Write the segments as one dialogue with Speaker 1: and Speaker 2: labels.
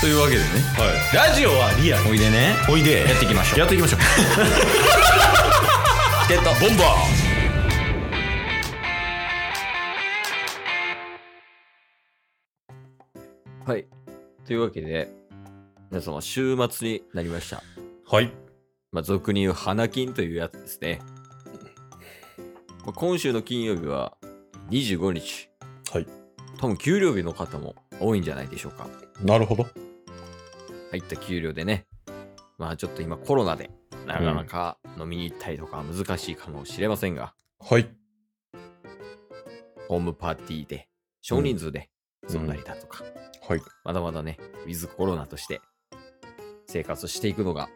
Speaker 1: というわけでね
Speaker 2: ラジオはリアル
Speaker 1: おいでね
Speaker 2: おいで
Speaker 1: やっていきましょう
Speaker 2: やってい きましょう
Speaker 1: チケットボンバーはい。というわけで、皆様、週末になりました。
Speaker 2: はい
Speaker 1: まあ、俗に言う花金というやつですね。まあ、今週の金曜日は25日。
Speaker 2: はい。
Speaker 1: 多分、給料日の方も多いんじゃないでしょうか。
Speaker 2: なるほど
Speaker 1: 入った給料でね。まあ、ちょっと今コロナで、なかなか飲みに行ったりとかは難しいかもしれませんが、
Speaker 2: はい
Speaker 1: ホームパーティーで、少人数で遊んだりだとか、
Speaker 2: はい
Speaker 1: まだまだね、ウィズコロナとして生活していくのが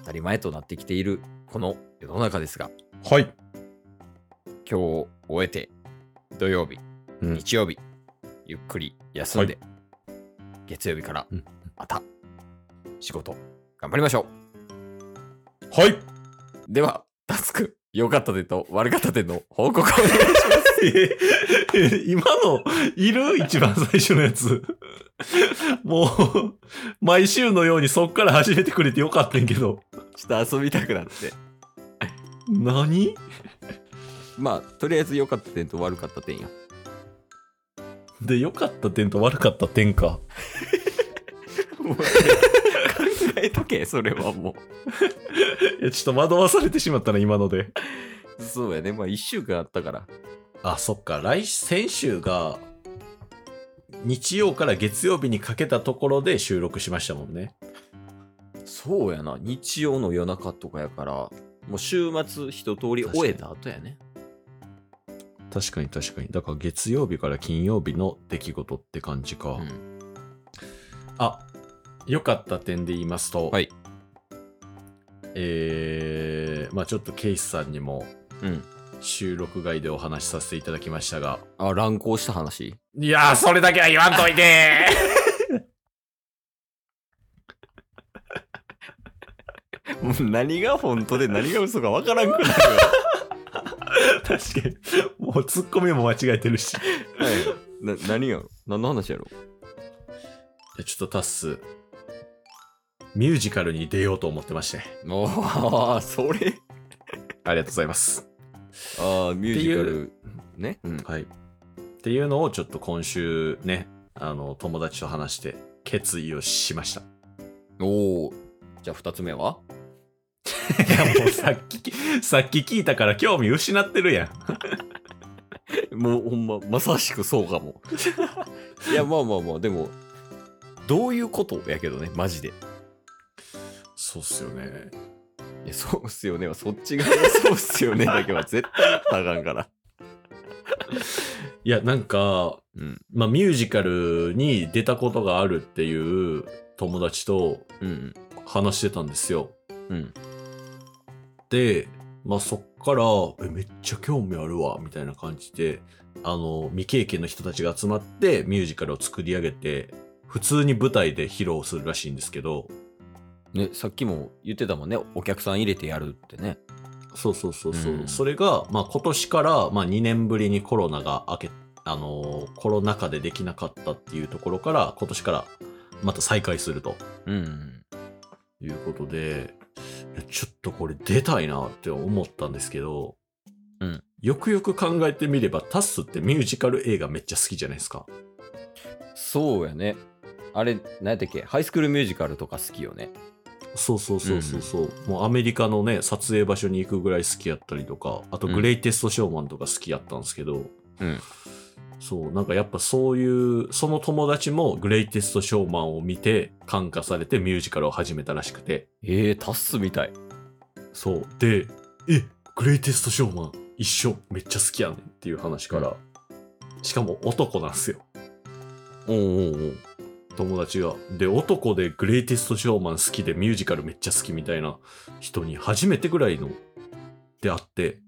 Speaker 1: 当たり前となってきているこの世の中ですが、
Speaker 2: はい
Speaker 1: 今日を終えて土曜日、
Speaker 2: うん
Speaker 1: 日曜日、ゆっくり休んで、月曜日から
Speaker 2: うん
Speaker 1: また仕事頑張りましょ。
Speaker 2: はいう
Speaker 1: では、タスク、良かった点と悪かった点の報告を
Speaker 2: ええ今の、いる一番最初のやつ。 もう、毎週のようにそっから始めてくれてよかったんやけど。
Speaker 1: ちょっと遊びたくなって。
Speaker 2: 何
Speaker 1: まあ、とりあえず良かった点と悪かった点よ。
Speaker 2: で、良かった点と悪かった点か。
Speaker 1: もう考えとけ、それはもう。
Speaker 2: いや、ちょっと惑わされてしまったな、今ので。
Speaker 1: そうやね。まあ、1週間あったから。
Speaker 2: あ、そっか。来、先週が、日曜から月曜日にかけたところで収録しましたもんね。
Speaker 1: そうやな。日曜の夜中とかやから、もう週末一通り終えた後やね。
Speaker 2: 確かに確かに。だから月曜日から金曜日の出来事って感じか。
Speaker 1: うん
Speaker 2: あ、良かった点で言いますと、
Speaker 1: はい
Speaker 2: えー、まあちょっとケイスさんにも
Speaker 1: うん。
Speaker 2: 収録外でお話しさせていただきましたが、
Speaker 1: あ、乱行した話。
Speaker 2: いやー、それだけは言わんといて
Speaker 1: もう何が本当で何が嘘かわからんくな る。
Speaker 2: 確かに。もうツッコミも間違えてるし。
Speaker 1: な何やろ何の話やろ
Speaker 2: ちょっとタッス、ミュージカルに出ようと思ってまして。
Speaker 1: ああ、それ。
Speaker 2: ありがとうございます。
Speaker 1: ああ、ミュージカル。ね。うん。
Speaker 2: はい。っていうのをちょっと今週ね、あの、友達と話して決意をしま した。
Speaker 1: おお。じゃあ二つ目はい
Speaker 2: やもうさっき、 さっき聞いたから興味失ってるや ん。
Speaker 1: もうほんま、まさしくそうかも。 いや、まあまあまあ、でも、どういうことやけどね、マジで。
Speaker 2: そうっすよね。
Speaker 1: いや、そうっすよねは、そっち側がそうっすよね だけは絶対やったらあかんから。
Speaker 2: いや、なんか、
Speaker 1: うん。
Speaker 2: まあ、ミュージカルに出たことがあるっていう友達と
Speaker 1: うん。
Speaker 2: 話してたんですよ。
Speaker 1: うん。
Speaker 2: で、まあ、そっから、え、めっちゃ興味あるわ、みたいな感じで、あの、未経験の人たちが集まってミュージカルを作り上げて、普通に舞台で披露するらしいんですけど、
Speaker 1: ね、さっきも言ってたもんね、お客さん入れてやるってね。
Speaker 2: そうそうそうそう。
Speaker 1: うん
Speaker 2: それが、まあ、今年から、まあ、2年ぶりにコロナが明け、あのーコロナ禍でできなかったっていうところから、今年からまた再開すると
Speaker 1: うん。
Speaker 2: いうことで、いやちょっとこれ出たいなって思ったんですけど、
Speaker 1: うん
Speaker 2: よくよく考えてみれば、タッスってミュージカル映画めっちゃ好きじゃないですか。
Speaker 1: そうやね。あれ、何やったっけハイスクールミュージカルとか好きよね。
Speaker 2: そうそうそうそうそう、もうアメリカのね、撮影場所に行くぐらい好きやったりとか、あと
Speaker 1: うん
Speaker 2: グレイテストショーマンとか好きやったんですけど、
Speaker 1: うん
Speaker 2: そう、なんかやっぱそういう、その友達もグレイテストショーマンを見て感化されてミュージカルを始めたらしくて、
Speaker 1: ええタッスみたい。
Speaker 2: そう、で、え、グレイテストショーマン一緒めっちゃ好きやねんっていう話から、しかも男なんですよ。
Speaker 1: おうおうおう
Speaker 2: 友達が。で、男でグレイテストショーマン好きでミュージカルめっちゃ好きみたいな人に初めてぐらいの出会って、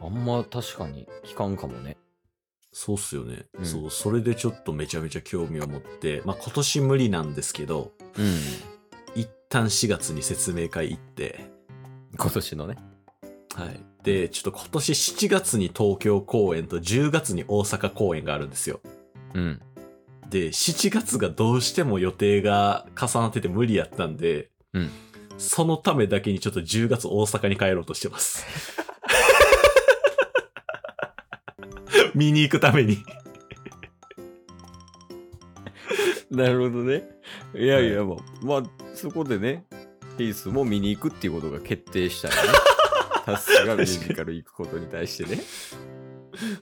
Speaker 1: あんま確かに聞かんかもね。
Speaker 2: そうっすよね、
Speaker 1: うん
Speaker 2: そう、それでちょっとめちゃめちゃ興味を持って、まあ今年無理なんですけど、
Speaker 1: うん。
Speaker 2: 一旦4月に説明会行って、
Speaker 1: 今年のね。
Speaker 2: はい。で、ちょっと今年7月に東京公演と10月に大阪公演があるんですよ。
Speaker 1: うん。
Speaker 2: で、7月がどうしても予定が重なってて無理やったんで、
Speaker 1: うん
Speaker 2: そのためだけにちょっと10月大阪に帰ろうとして ます。見に行くために。
Speaker 1: なるほどね。いやいや、まあ、まあ、そこでね、ピースも見に行くっていうことが決定した よね。タスがミュージカル行くことに対してね。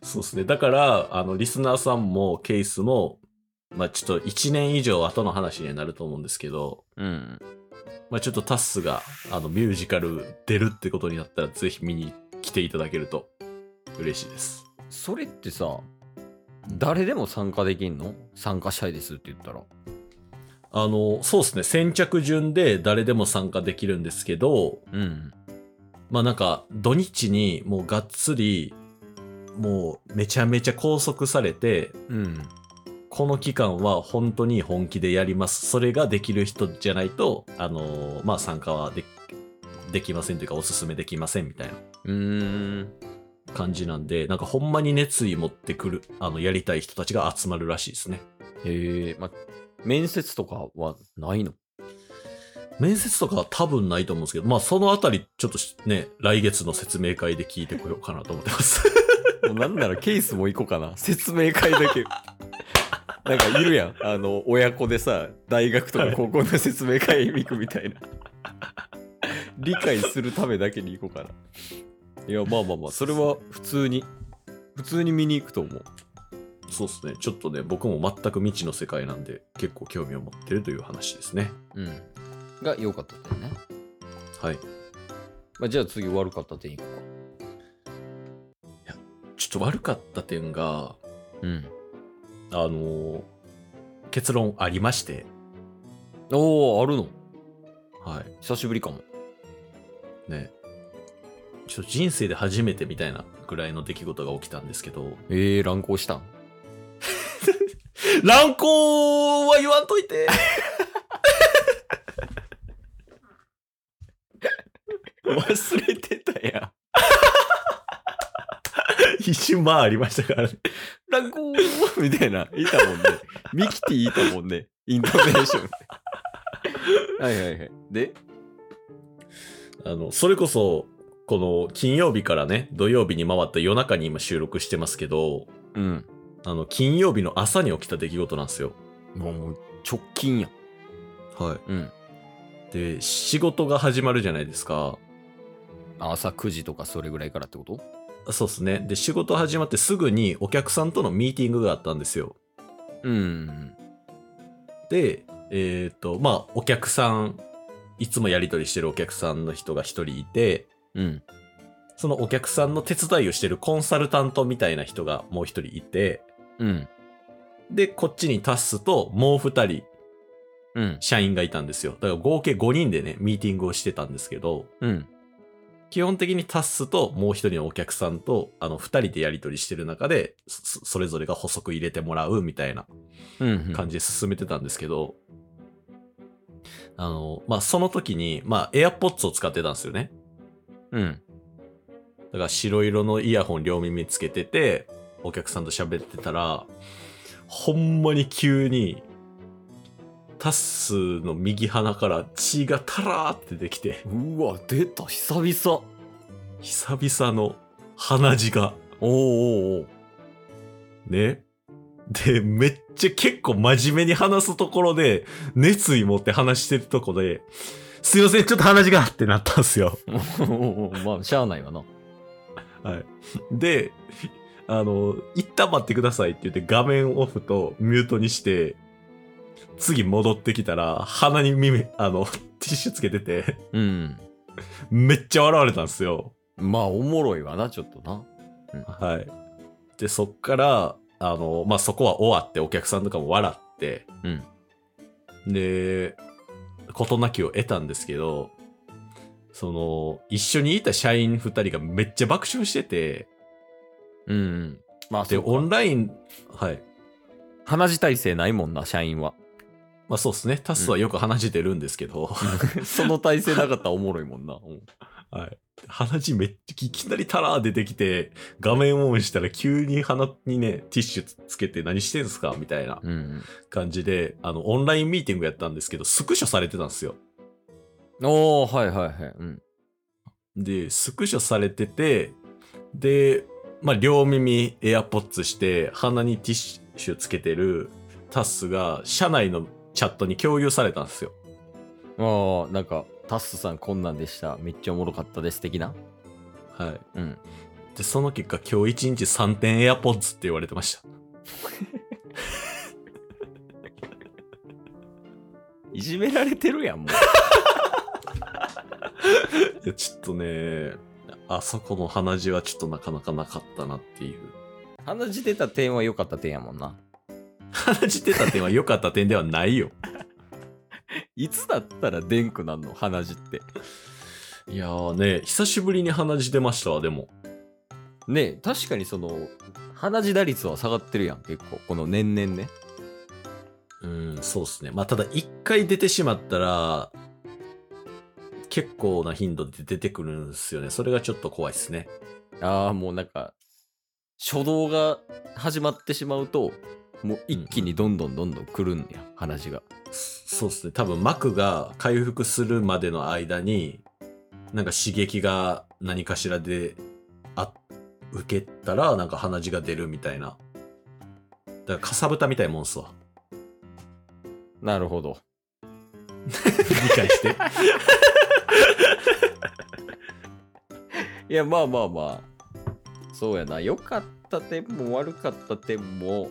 Speaker 2: そうですね。だから、あの、リスナーさんもケースも、まあちょっと1年以上後の話にはなると思うんですけど、
Speaker 1: うん。
Speaker 2: まあちょっとタッスが、あの、ミュージカル出るってことになったら、ぜひ見に来ていただけると嬉しいです。
Speaker 1: それってさ、誰でも参加できんの参加したいですって言ったら。
Speaker 2: あの、そうですね。先着順で誰でも参加できるんですけど、
Speaker 1: うん。
Speaker 2: まあなんか土日にもうがっつりもうめちゃめちゃ拘束されて
Speaker 1: うん。
Speaker 2: この期間は本当に本気でやりますそれができる人じゃないとあのーまあ参加はでできませんというかおすすめできませんみたいな
Speaker 1: うーん。
Speaker 2: 感じなんでなんかほんまに熱意持ってくるあのやりたい人たちが集まるらしいですね
Speaker 1: へえ、まあ、面接とかはないの
Speaker 2: 面接とかは多分ないと思うんですけどまあそのあたりちょっとしね来月の説明会で聞いてこようかなと思ってます
Speaker 1: もうなんならケースも行こうか な。説明会だ け。なんかいるやん。あの、親子でさ、大学とか高校の説明会に行くみたいな。理解するためだけに行こうかな。 いや、まあまあまあ、それは普通に、普通に見に行くと思う。
Speaker 2: そうですね。ちょっとね、僕も全く未知の世界なんで、結構興味を持ってるという話ですね。
Speaker 1: うん。が良かった点ね。
Speaker 2: はい。
Speaker 1: まあ、じゃあ次悪かった点いこ
Speaker 2: ちょっと悪かった点が、
Speaker 1: うか。うん。
Speaker 2: あのー結論ありまして、
Speaker 1: おおあるの
Speaker 2: は
Speaker 1: 久しぶりかも。
Speaker 2: い。ね。ちょっと人生で初めてみたいなぐらいの出来事が起きたんですけど、
Speaker 1: えー、乱行した ん
Speaker 2: 乱行は言わんと いて
Speaker 1: 忘れてたやん。
Speaker 2: 一瞬まあありましたからね。
Speaker 1: 乱行 みたいな、いたもんね。ミキティいたもんね。イントネーション。 はいはいはい。で、
Speaker 2: あの、それこそ、この金曜日からね、土曜日に回った夜中に今収録してますけど、
Speaker 1: うん。
Speaker 2: あの、金曜日の朝に起きた出来事なんですよ。
Speaker 1: もう直近やん。
Speaker 2: はい。
Speaker 1: うん。
Speaker 2: で仕事が始まるじゃないですか
Speaker 1: 朝9時とかそれぐらいからってこと
Speaker 2: そうですねで仕事始まってすぐにお客さんとのミーティングがあったんですよ
Speaker 1: うん。
Speaker 2: でえっ、とまあお客さんいつもやり取りしてるお客さんの人が一人いて
Speaker 1: うん。
Speaker 2: そのお客さんの手伝いをしてるコンサルタントみたいな人がもう一人いて
Speaker 1: うん。
Speaker 2: でこっちにタッスともう二人
Speaker 1: うん。
Speaker 2: 社員がいたんですよだから合計5人でねミーティングをしてたんですけど
Speaker 1: うん。
Speaker 2: 基本的にタッスともう一人のお客さんと、あの、二人でやり取りしてる中で、そそれぞれが補足入れてもらうみたいな
Speaker 1: うん。
Speaker 2: 感じで進めてたんですけど、あの、まあ、その時に、まあ、AirPods を使ってたんですよね。
Speaker 1: うん。
Speaker 2: だから白色のイヤホン両耳つけてて、お客さんと喋ってたら、ほんまに急に、タッスの右鼻から血がタラーってできて、
Speaker 1: うわ、出た、久々。
Speaker 2: 久々の鼻血が。
Speaker 1: おーおー
Speaker 2: ね。で、めっちゃ結構真面目に話すところで、熱意持って話してるとこで、すいません、ちょっと話がってなったんすよ。
Speaker 1: おーおーまあ、しゃあないわな。
Speaker 2: はい。で、 あの、一旦待ってくださいって言って画面オフとミュートにして、次戻ってきたら、鼻に耳、あの、 ティッシュつけてて、
Speaker 1: うん。
Speaker 2: めっちゃ笑われたんすよ。
Speaker 1: まあ、おもろいわな、ちょっとな。
Speaker 2: はい。で、そっから、あの、まあ、そこは終わって、お客さんとかも笑って、
Speaker 1: うん。
Speaker 2: で、事なきを得たんですけど、その、一緒にいた社員二人がめっちゃ爆笑してて、
Speaker 1: うんうん。まあ、
Speaker 2: で、
Speaker 1: そうか
Speaker 2: オンライン、はい。
Speaker 1: 鼻血体制ないもんな、社員 は。
Speaker 2: まあそうですね。タスはよく話してるんですけど、
Speaker 1: その体制なかったらおもろいもんな。うん
Speaker 2: はい。話めっちゃ、いきなりタラー出てきて、画面オンしたら急に鼻にね、ティッシュつつけて何してんすかみたいな
Speaker 1: うん。
Speaker 2: 感じで、あの、オンラインミーティングやったんですけど、スクショされてたんですよ。
Speaker 1: おー、はいはいはい。うん。
Speaker 2: で、スクショされてて、で、まあ、両耳エアポッツして、鼻にティッシュつけてるタスが、社内のチャットに共有されたんですよ。
Speaker 1: ああ、なんか、タッスさんこんなんでした。めっちゃおもろかったです。的な。
Speaker 2: はい。
Speaker 1: うん。
Speaker 2: で、その結果、今日一日3点エアポッツって言われてました。
Speaker 1: いじめられてるやん、 もう。
Speaker 2: いや、ちょっとね、あそこの鼻血はちょっとなかなかなかったなっていう。
Speaker 1: 鼻血出た点は良かった点やもんな。
Speaker 2: 鼻血出た点は良かった点ではないよ。
Speaker 1: いつだったらでんくなんの鼻血って。
Speaker 2: いやーね、久しぶりに鼻血出ましたわ、でも。
Speaker 1: ねえ確かにその、鼻血打率は下がってるやん、結構。この年々ね。
Speaker 2: うん、そうっすね。まあ、ただ一回出てしまったら、結構な頻度で出てくるんですよね。それがちょっと怖いっすね。
Speaker 1: ああ、もうなんか、初動が始まってしまうと、もう一気にどんどんどんどん来るんや、鼻血が。
Speaker 2: そうですね。多分膜が回復するまでの間に、なんか刺激が何かしらであ受けたら、なんか鼻血が出るみたいな。だからかさぶたみたいなもんっすわ。
Speaker 1: なるほど。
Speaker 2: 理解して。
Speaker 1: いや、まあまあまあ。そうやな。良かった点も悪かった点も、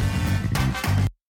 Speaker 3: す